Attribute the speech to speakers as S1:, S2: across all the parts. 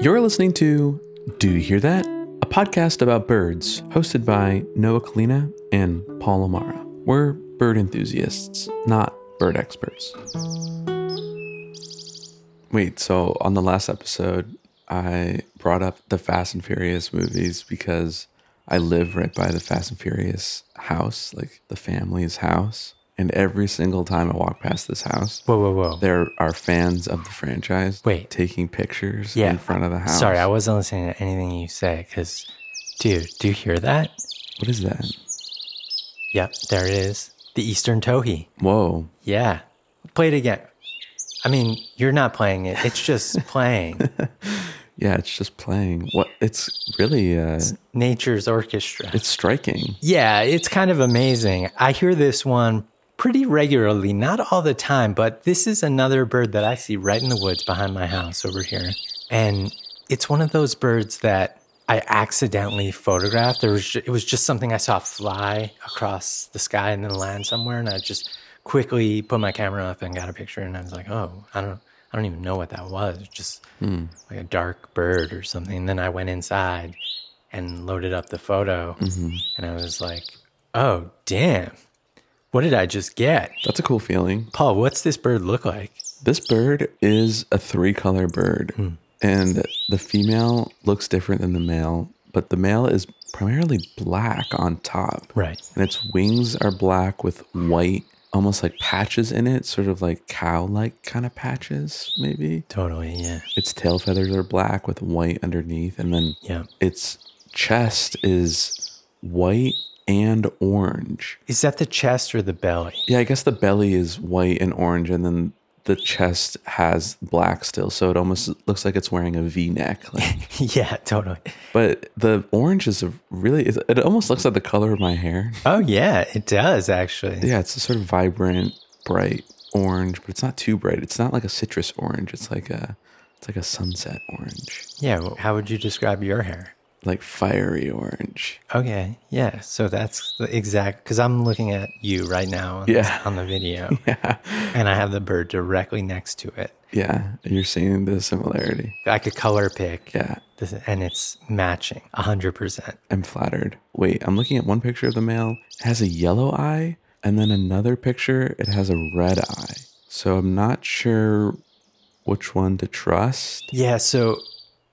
S1: You're listening to Do You Hear That? A podcast about birds hosted by Noah Kalina and Paul Amara. We're bird enthusiasts, not bird experts. Wait, so on the last episode, I brought up the Fast and Furious movies because I live right by the Fast and Furious house, like the family's house. And every single time I walk past this house,
S2: Whoa, whoa, whoa.
S1: there are fans of the franchise
S2: Wait.
S1: taking pictures
S2: Yeah.
S1: in front of the house.
S2: Sorry, I wasn't listening to anything you said because, dude, do you hear that?
S1: What is that?
S2: Yep, there it is. The Eastern Tohi.
S1: Whoa.
S2: Yeah. Play it again. I mean, you're not playing it, it's just playing.
S1: Yeah, it's just playing. What it's really uh
S2: Nature's orchestra.
S1: it's striking.
S2: Yeah, it's kind of amazing. I hear this one pretty regularly, not all the time, but this is another bird that I see right in the woods behind my house over here. And it's one of those birds that I accidentally photographed. There was ju- it was just something I saw fly across the sky and then land somewhere and I just quickly put my camera up and got a picture and I was like, "Oh, I don't I don't even know what that was. It's just like a dark bird or something." And then I went inside and loaded up the photo and I was like, "Oh, damn. What did I just get?"
S1: That's a cool feeling.
S2: Paul, what's this bird look like?
S1: This bird is a three color bird,
S2: Hmm.
S1: and the female looks different than the male, but the male is primarily black on top,
S2: Right.
S1: and its wings are black with white, almost like patches in it, sort of like cow like kind of patches, maybe.
S2: Totally, yeah.
S1: Its tail feathers are black with white underneath, and then
S2: Yeah.
S1: its chest is white and orange.
S2: Is that the chest or the belly?
S1: Yeah, I guess the belly is white and orange, and then the chest has black still. So it almost looks like it's wearing a V neck. Like,
S2: yeah, totally.
S1: but the orange is a really, it it almost looks like the color of my hair.
S2: Oh, yeah, it does actually.
S1: Yeah, it's a sort of vibrant, bright orange, but it's not too bright. It's not like a citrus orange. It's like a, it's like a sunset orange,
S2: Yeah, well, how would you describe your hair?
S1: like fiery orange.
S2: Okay, yeah. So that's the exact cuz I'm looking at you right now on,
S1: Yeah.
S2: on the video.
S1: Yeah.
S2: And I have the bird directly next to it.
S1: Yeah. You're seeing the similarity.
S2: I could color pick.
S1: Yeah.
S2: This, and it's matching 100%.
S1: I'm flattered. Wait, I'm looking at one picture of the male. It has a yellow eye, and then another picture, it has a red eye. So I'm not sure which one to trust.
S2: Yeah, so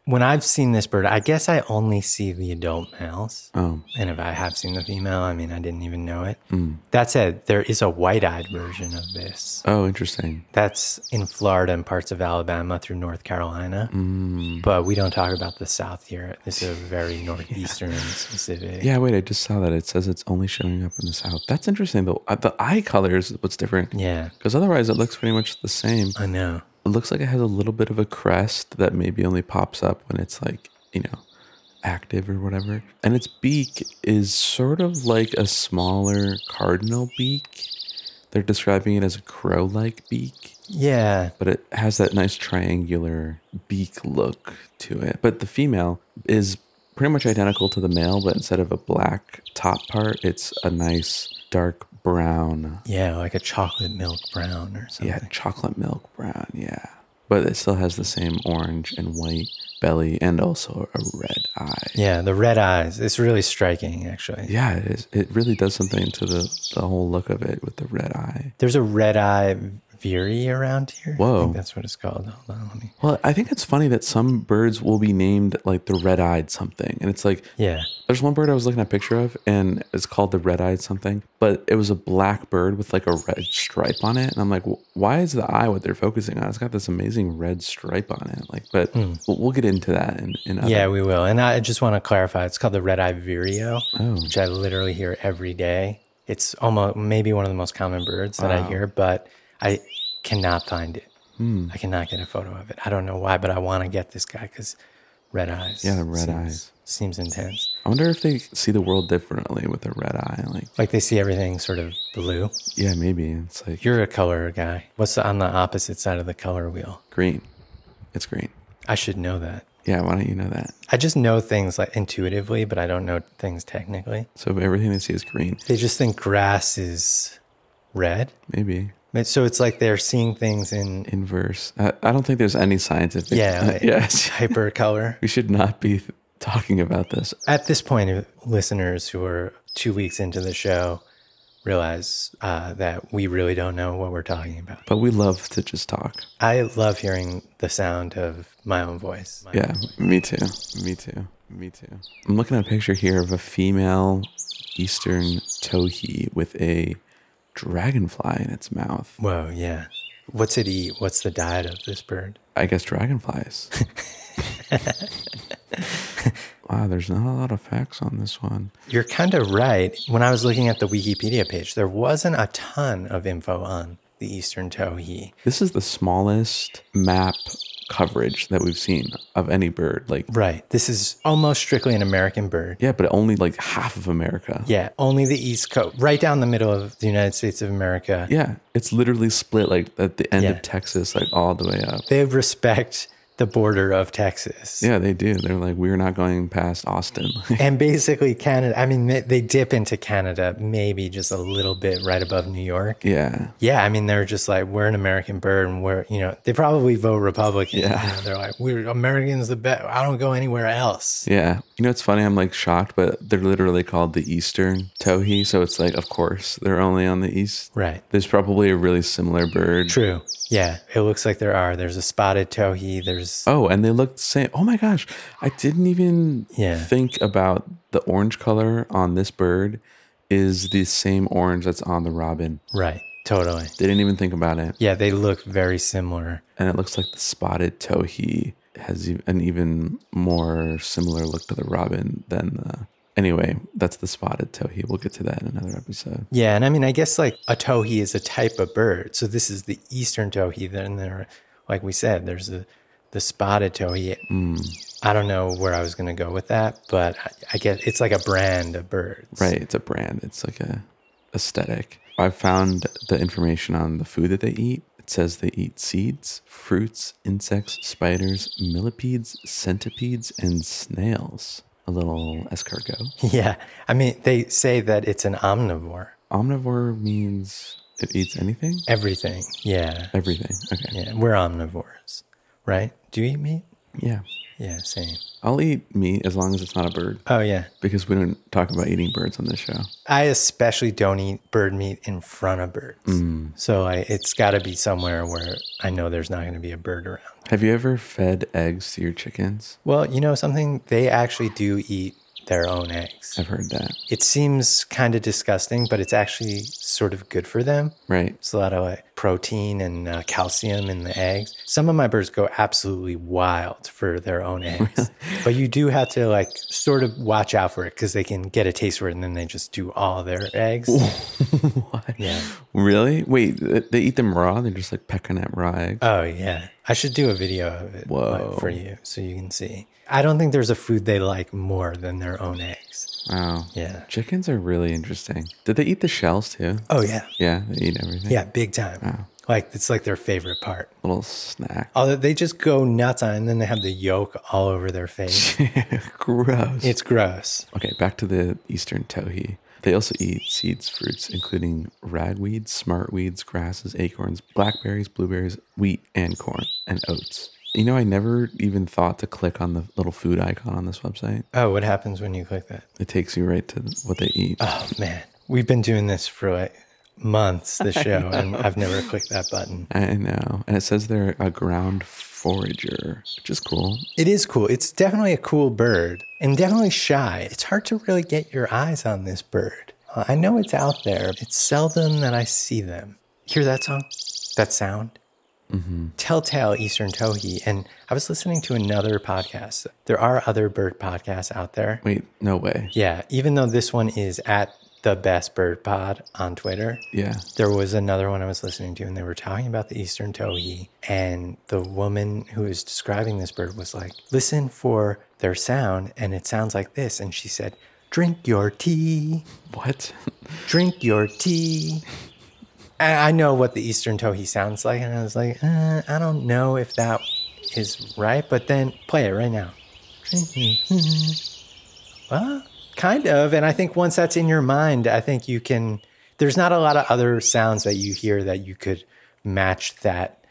S2: when I've seen this bird, I guess I only see the adult males.
S1: Oh,
S2: And if I have seen the female, I mean, I didn't even know it.
S1: mm.
S2: That said, there is a white eyed version of this.
S1: oh, interesting.
S2: That's in Florida and parts of Alabama through North Carolina.
S1: Mm.
S2: But we don't talk about the South here. This is a very Northeastern specific.
S1: Yeah, wait, I just saw that. It says it's only showing up in the south. That's interesting though. Uh, The eye color is what's different.
S2: Yeah,
S1: Because otherwise, it looks pretty much the same.
S2: I know.
S1: It looks like it has a little bit of a crest that maybe only pops up when it's like, you know, active or whatever. And its beak is sort of like a smaller cardinal beak. They're describing it as a crow like beak,
S2: Yeah,
S1: but it has that nice triangular beak look to it. But the female is pretty much identical to the male, but instead of a black top part, it's a nice dark brown
S2: yeah, like a chocolate milk brown or something.
S1: yeah, chocolate milk brown. Yeah. But it still has the same orange and white belly and also a red eye.
S2: Yeah, the red eyes. It's really striking, actually.
S1: Yeah, it is. It really does something to the, the whole look of it with the red eye.
S2: There's a red eye veery around here. I
S1: Whoa.
S2: think that's what it's called. Hold on, let me.
S1: Well, I think it's funny that some birds will be named like the red eyed something. And it's like,
S2: Yeah.
S1: there's one bird I was looking at a picture of and it's called the red eyed something, but it was a black bird with like a red stripe on it. And I'm like, "Wh- why is the eye what they're focusing on? It's got this amazing red stripe on it. Like, but we'll, we'll get into that in, in other
S2: Yeah, we will. And I just want to clarify it's called the red eye vireo,
S1: Oh.
S2: which I literally hear every day. It's almost maybe one of the most common birds that I hear, but I cannot find it.
S1: Hmm.
S2: I cannot get a photo of it. I don't know why, but I want to get this guy because red eyes.
S1: Yeah, the red
S2: seems-
S1: eyes.
S2: Seems intense.
S1: I wonder if they see the world differently with a red eye. Like,
S2: Like they see everything sort of blue.
S1: yeah, maybe it's like
S2: You're a color guy. What's the, on the opposite side of the color wheel?
S1: green. It's green.
S2: I should know that.
S1: Yeah, why don't you know that?
S2: I just know things like intuitively, but I don't know things technically.
S1: So if everything they see is green.
S2: They just think grass is red.
S1: Maybe
S2: But- So it's like they're seeing things in
S1: Inverse. I, I don't think there's any scientific.
S2: Yeah, right.
S1: yes.
S2: hyper color.
S1: We should not be talking about this.
S2: At this point, if listeners who are two weeks into the show realize uh, that we really don't know what we're talking about.
S1: But we love to just talk.
S2: I love hearing the sound of my own voice.
S1: Yeah, me too. Me too. Me too. I'm looking at a picture here of a female Eastern towhee with a dragonfly in its mouth.
S2: Whoa, yeah. What's it eat? What's the diet of this bird?
S1: I guess dragonflies. wow, there's not a lot of facts on this one.
S2: You're kind of right. When I was looking at the Wikipedia page, there wasn't a ton of info on the Eastern towhee.
S1: This is the smallest map coverage that we've seen of any bird. Like,
S2: Right. This is almost strictly an American bird.
S1: yeah, but only like half of America.
S2: Yeah, only the East Coast, right down the middle of the United States of America.
S1: Yeah, it's literally split like at the end
S2: Yeah.
S1: of Texas, like all the way up.
S2: They respect the border of Texas.
S1: Yeah, they do. They're like, we're not going past Austin.
S2: And basically, Canada, I mean, they, they dip into Canada maybe just a little bit right above New York.
S1: yeah,
S2: Yeah, I mean, they're just like, we're an American bird, and we're, you know, they probably vote Republican.
S1: Yeah.
S2: You know, they're like, we're Americans the best. I don't go anywhere else.
S1: yeah. You know, it's funny. I'm like shocked, but they're literally called the Eastern towhee. So it's like, of course, they're only on the east.
S2: Right.
S1: There's probably a really similar bird.
S2: True. Yeah, it looks like there are. There's a spotted towhee. There's,
S1: Oh, and they look the same. Oh my gosh, I didn't even
S2: Yeah.
S1: think about the orange color on this bird is the same orange that's on the robin.
S2: right, totally.
S1: They didn't even think about it.
S2: Yeah, they look very similar.
S1: and it looks like the spotted towhee has e- an even more similar look to the robin than the. Anyway, that's the spotted towhee. We'll get to that in another episode.
S2: Yeah, and I mean, I guess like a towhee is a type of bird. So this is the eastern towhee. Then there, like we said, there's the the spotted towhee. I don't know where I was going to go with that, but I, I guess it's like a brand of birds.
S1: Right, it's a brand. It's like a aesthetic. I found the information on the food that they eat. It says they eat seeds, fruits, insects, spiders, millipedes, centipedes, and snails. A little escargot.
S2: Yeah. I mean, they say that it's an omnivore.
S1: Omnivore means it eats anything.
S2: Everything. Yeah.
S1: Everything. Okay.
S2: Yeah. We're omnivores, right? Do you eat meat?
S1: Yeah.
S2: Yeah, same.
S1: I'll eat meat as long as it's not a bird.
S2: Oh, yeah.
S1: because we don't talk about eating birds on this show.
S2: I especially don't eat bird meat in front of birds. So I, it's got to be somewhere where I know there's not going to be a bird around.
S1: Have you ever fed eggs to your chickens?
S2: Well, you know something? They actually do eat their own eggs.
S1: I've heard that.
S2: It seems kind of disgusting, but it's actually sort of good for them.
S1: Right.
S2: There's a lot of like, protein and uh, calcium in the eggs. Some of my birds go absolutely wild for their own eggs, but you do have to like sort of watch out for it because they can get a taste for it and then they just do all their eggs.
S1: what?
S2: Yeah.
S1: Really? Wait, th- they eat them raw? They're just like pecking at raw eggs?
S2: Oh yeah, I should do a video of it
S1: Whoa.
S2: like, for you so you can see. I don't think there's a food they like more than their own eggs.
S1: wow.
S2: Yeah.
S1: Chickens are really interesting. Did they eat the shells too?
S2: Oh yeah,
S1: Yeah, they eat everything.
S2: yeah, big time. Like it's like their favorite part.
S1: Little snack.
S2: Although they just go nuts on, it and then they have the yolk all over their face.
S1: Gross.
S2: it's gross.
S1: Okay, back to the eastern towhee. They also eat seeds, fruits, including ragweed, smartweeds, grasses, acorns, blackberries, blueberries, wheat, and corn, and oats. You know, I never even thought to click on the little food icon on this website.
S2: Oh, what happens when you click that?
S1: It takes you right to what they eat.
S2: Oh man, we've been doing this for like months. The show, and I've never clicked that button.
S1: I know. And it says they're a ground forager, which is cool.
S2: It is cool. It's definitely a cool bird and definitely shy. It's hard to really get your eyes on this bird. Uh, I know it's out there. It's seldom that I see them. Hear that song? That sound? Telltale Eastern Towhee. And I was listening to another podcast. There are other bird podcasts out there.
S1: Wait, no way.
S2: Yeah, even though this one is at the best bird pod on Twitter,
S1: Yeah.
S2: there was another one I was listening to, and they were talking about the Eastern towhee. And the woman who was describing this bird was like, Listen for their sound, and it sounds like this. And she said, Drink your tea,
S1: What?
S2: drink your tea. And I know what the Eastern towhee sounds like. And I was like, uh, I don't know if that is right, but then play it right now. Well, kind of. And I think once that's in your mind, I think you can there's not a lot of other sounds that you hear that you could match that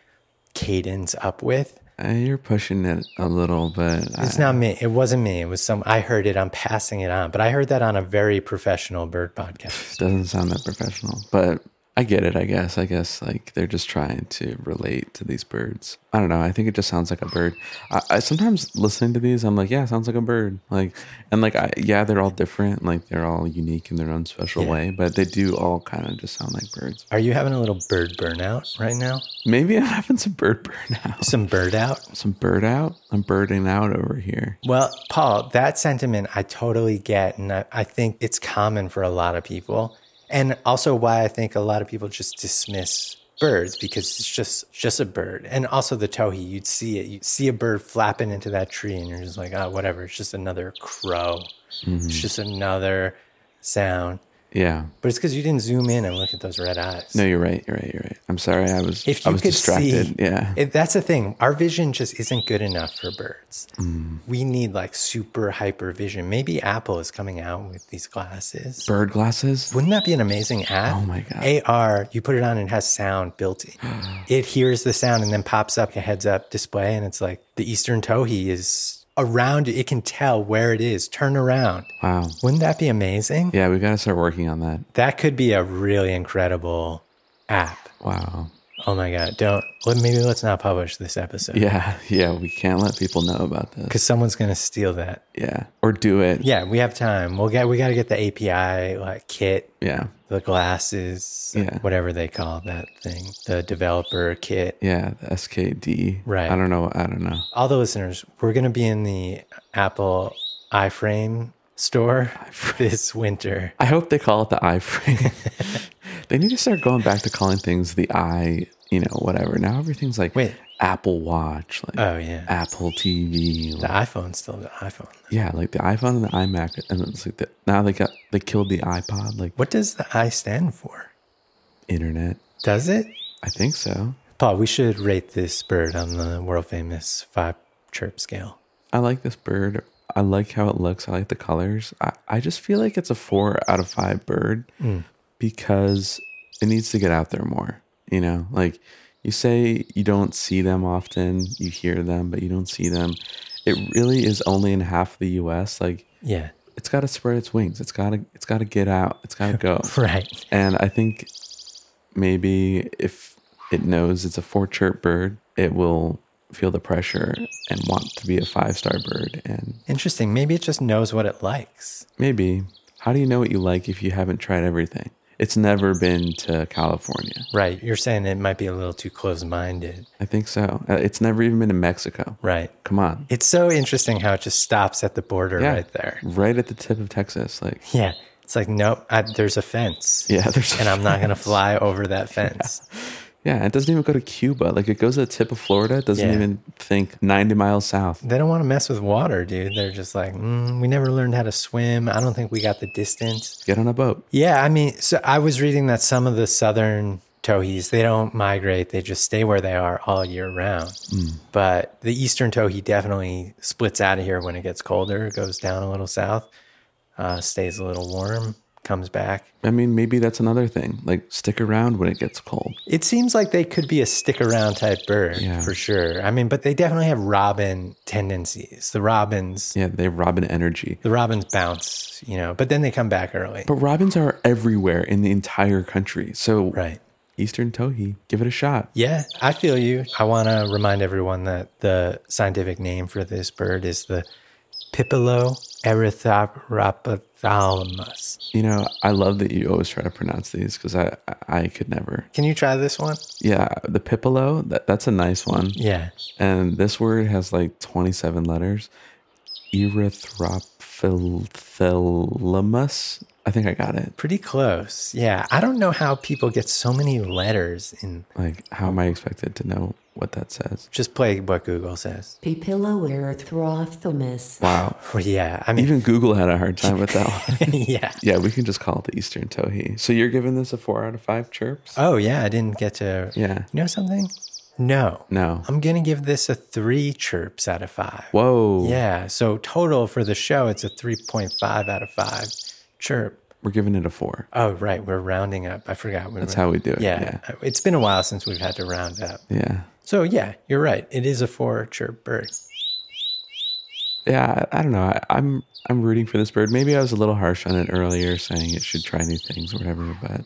S2: cadence up with.
S1: Uh, you're pushing it a little, but uh, I-
S2: It's not me. It wasn't me. It was some. I heard it. I'm passing it on, but I heard that on a very professional bird podcast.
S1: doesn't sound that professional. But I get it. I guess. I guess like they're just trying to relate to these birds. I don't know. I think it just sounds like a bird. I, I sometimes listening to these, I'm like, yeah, sounds like a bird. Like, and like, I, yeah, they're all different. Like, they're all unique in their own special
S2: Yeah.
S1: way, but they do all kind of just sound like birds.
S2: Are you having a little bird burnout right now?
S1: Maybe I'm having some bird burnout.
S2: Some bird out?
S1: Some bird out. I'm birding out over here.
S2: Well, Paul, that sentiment I totally get. And I, I think it's common for a lot of people. And also why I think a lot of people just dismiss birds because it's just just a bird. And also the towhee, you'd see it, you'd see a bird flapping into that tree and you're just like, oh, whatever. It's just another crow. It's just another sound.
S1: Yeah.
S2: But it's because you didn't zoom in and look at those red eyes.
S1: No, you're right. You're right. You're right. I'm sorry. I was.
S2: if
S1: I
S2: you
S1: was
S2: could
S1: distracted.
S2: see
S1: yeah.
S2: it- that's the thing our vision just isn't good enough for birds
S1: Mm.
S2: we need like super hyper vision maybe apple is coming out with these glasses
S1: bird glasses.
S2: wouldn't that be an amazing app
S1: Oh my God.
S2: ar you put it on and it has sound built in it hears the sound and then pops up a heads up display and it's like the eastern towhee is around you. it can tell where it is turn around
S1: Wow.
S2: wouldn't that be amazing
S1: Yeah, we got to start working on that.
S2: that could be a really incredible app
S1: Wow.
S2: oh my god don't let- maybe let's not publish this episode
S1: Yeah, yeah, we can't let people know about this.
S2: because someone's gonna steal that.
S1: Yeah, or do it.
S2: Yeah, we have time. We'll get we gotta get the API like kit,
S1: Yeah,
S2: the glasses,
S1: Yeah.
S2: whatever they call that thing, the developer kit.
S1: yeah, the SKD.
S2: Right.
S1: I don't know. I don't know.
S2: All the listeners, we're gonna be in the Apple iFrame store this winter.
S1: I hope they call it the iframe. they need to start going back to calling things the i, you know, whatever. Now everything's like
S2: Wait.
S1: Apple Watch, like
S2: Oh yeah,
S1: Apple TV.
S2: the
S1: Like,
S2: iPhone's still the iPhone.
S1: yeah, like the iPhone and the iMac, and it's like the, now they got they killed the iPod, like
S2: What does the i stand for?
S1: internet.
S2: Does it?
S1: I think so.
S2: Paul, we should rate this bird on the world famous five chirp scale.
S1: I like this bird. I like how it looks. I like the colors. I, I just feel like it's a four out of five bird because it needs to get out there more. You know, like you say you don't see them often, you hear them, but you don't see them. It really is only in half the US. Like
S2: Yeah,
S1: it's gotta spread its wings. It's gotta it's gotta get out. It's gotta go.
S2: right.
S1: And I think maybe if it knows it's a four chirp bird, it will feel the pressure and want to be a five star bird. And
S2: Interesting. Maybe it just knows what it likes.
S1: maybe, how do you know what you like if you haven't tried everything? It's never been to California.
S2: Right. You're saying it might be a little too close minded.
S1: I think so. Uh, It's never even been to Mexico.
S2: Right.
S1: Come on.
S2: It's so interesting how it just stops at the border
S1: Yeah.
S2: right there.
S1: Right at the tip of Texas. Like,
S2: Yeah. It's like, nope, I, there's a fence.
S1: yeah, there's.
S2: And I'm not going to fly over that fence.
S1: Yeah, it doesn't even go to Cuba. Like, it goes to the tip of Florida. It doesn't
S2: Yeah.
S1: even think 90 miles south.
S2: They don't want to mess with water, dude. They're just like, mm, we never learned how to swim. I don't think we got the distance.
S1: Get on a boat.
S2: Yeah. I mean, so I was reading that some of the southern towhees, they don't migrate. They just stay where they are all year round.
S1: Hmm.
S2: But the eastern towhee definitely splits out of here when it gets colder, goes down a little south, uh, stays a little warm, comes back.
S1: I mean, maybe that's another thing. Like, stick around when it gets cold.
S2: It seems like they could be a stick around type bird
S1: Yeah.
S2: for sure. I mean, but they definitely have robin tendencies. The robins,
S1: Yeah, they have robin energy.
S2: the robins bounce, you know, but then they come back early.
S1: But robins are everywhere in the entire country. So
S2: Right.
S1: Eastern Tohi, give it a shot.
S2: Yeah, I feel you. I want to remind everyone that the scientific name for this bird is the Pipilo erythropophthalmus.
S1: You know, I love that you always try to pronounce these because I I could never.
S2: Can you try this one?
S1: Yeah, the pipilo, that, that's a nice one.
S2: Yeah.
S1: And this word has like 27 letters. Erythrophilmus. I think I got it.
S2: Pretty close. Yeah. I don't know how people get so many letters in
S1: Like, how am I expected to know what that says?
S2: just play what Google says.
S3: Papilla erythrophthalamus.
S1: Wow.
S2: Well, yeah. I mean,
S1: Even Google had a hard time with that one.
S2: yeah.
S1: Yeah, we can just call it the Eastern Tohi. So you're giving this a four out of five chirps?
S2: Oh, yeah. I didn't get to.
S1: Yeah.
S2: You know something? No.
S1: No.
S2: I'm going to give this a three chirps out of five.
S1: Whoa.
S2: Yeah. So total for the show, it's a 3.5 out of 5 chirp.
S1: We're giving it a four.
S2: Oh, right. We're rounding up. I forgot.
S1: That's how we do it.
S2: yeah. It's been a while since we've had to round up.
S1: Yeah. Yeah.
S2: So, yeah, you're right. It is a four chirp bird.
S1: Yeah, I I don't know. I, I'm I'm rooting for this bird. Maybe I was a little harsh on it earlier, saying it should try new things or whatever. But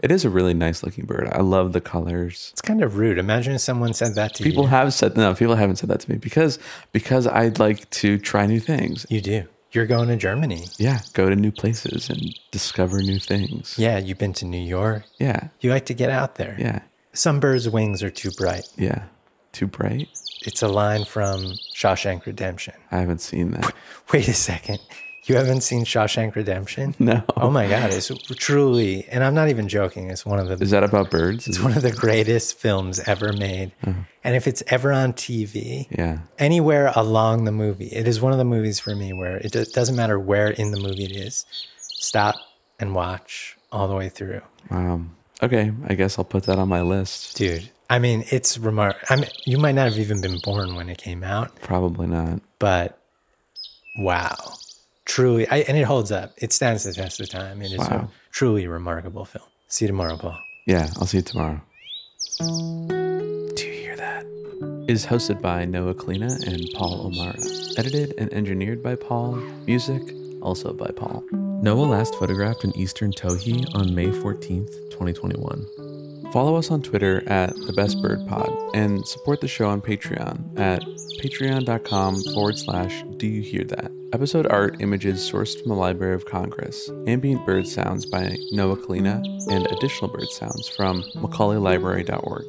S1: it is a really nice looking bird. I love the colors.
S2: It's kind of rude. Imagine if someone said that to
S1: People
S2: you.
S1: have said no. People haven't said that to me because because I'd like to try new things.
S2: You do. You're going to Germany.
S1: Yeah, go to new places and discover new things.
S2: Yeah, you've been to New York.
S1: Yeah,
S2: You like to get out there.
S1: yeah,
S2: Some birds' wings are too bright.
S1: yeah. Too bright.
S2: It's a line from Shawshank Redemption.
S1: I haven't seen that.
S2: Wait a second. You haven't seen Shawshank Redemption?
S1: No.
S2: Oh my God. It's truly, and I'm not even joking, it's one of the
S1: Is that about birds?
S2: It's one of the greatest films ever made. And if it's ever on TV,
S1: yeah.
S2: anywhere along the movie, it is one of the movies for me where it do- doesn't matter where in the movie it is, stop and watch all the way through.
S1: Wow. Um, Okay, I guess I'll put that on my list.
S2: Dude, I mean, it's remar I mean, you might not have even been born when it came out,
S1: Probably not.
S2: but wow. Truly, I, and it holds up. It stands the test of time. It is
S1: Wow.
S2: a truly remarkable film. See you tomorrow, Paul.
S1: Yeah, I'll see you tomorrow. Do you hear that? Is hosted by Noah Kalina and Paul O'Mara. Edited and engineered by Paul. Music also by Paul.
S4: Noah last photographed in eastern Tohi on May 14th, 2021.
S1: Follow us on Twitter at the Best Bird Pod and support the show on Patreon at patreon.com forward slash do you hear that. Episode art images sourced from the Library of Congress, ambient bird sounds by Noah Kalina, and additional bird sounds from macaulaylibrary.org.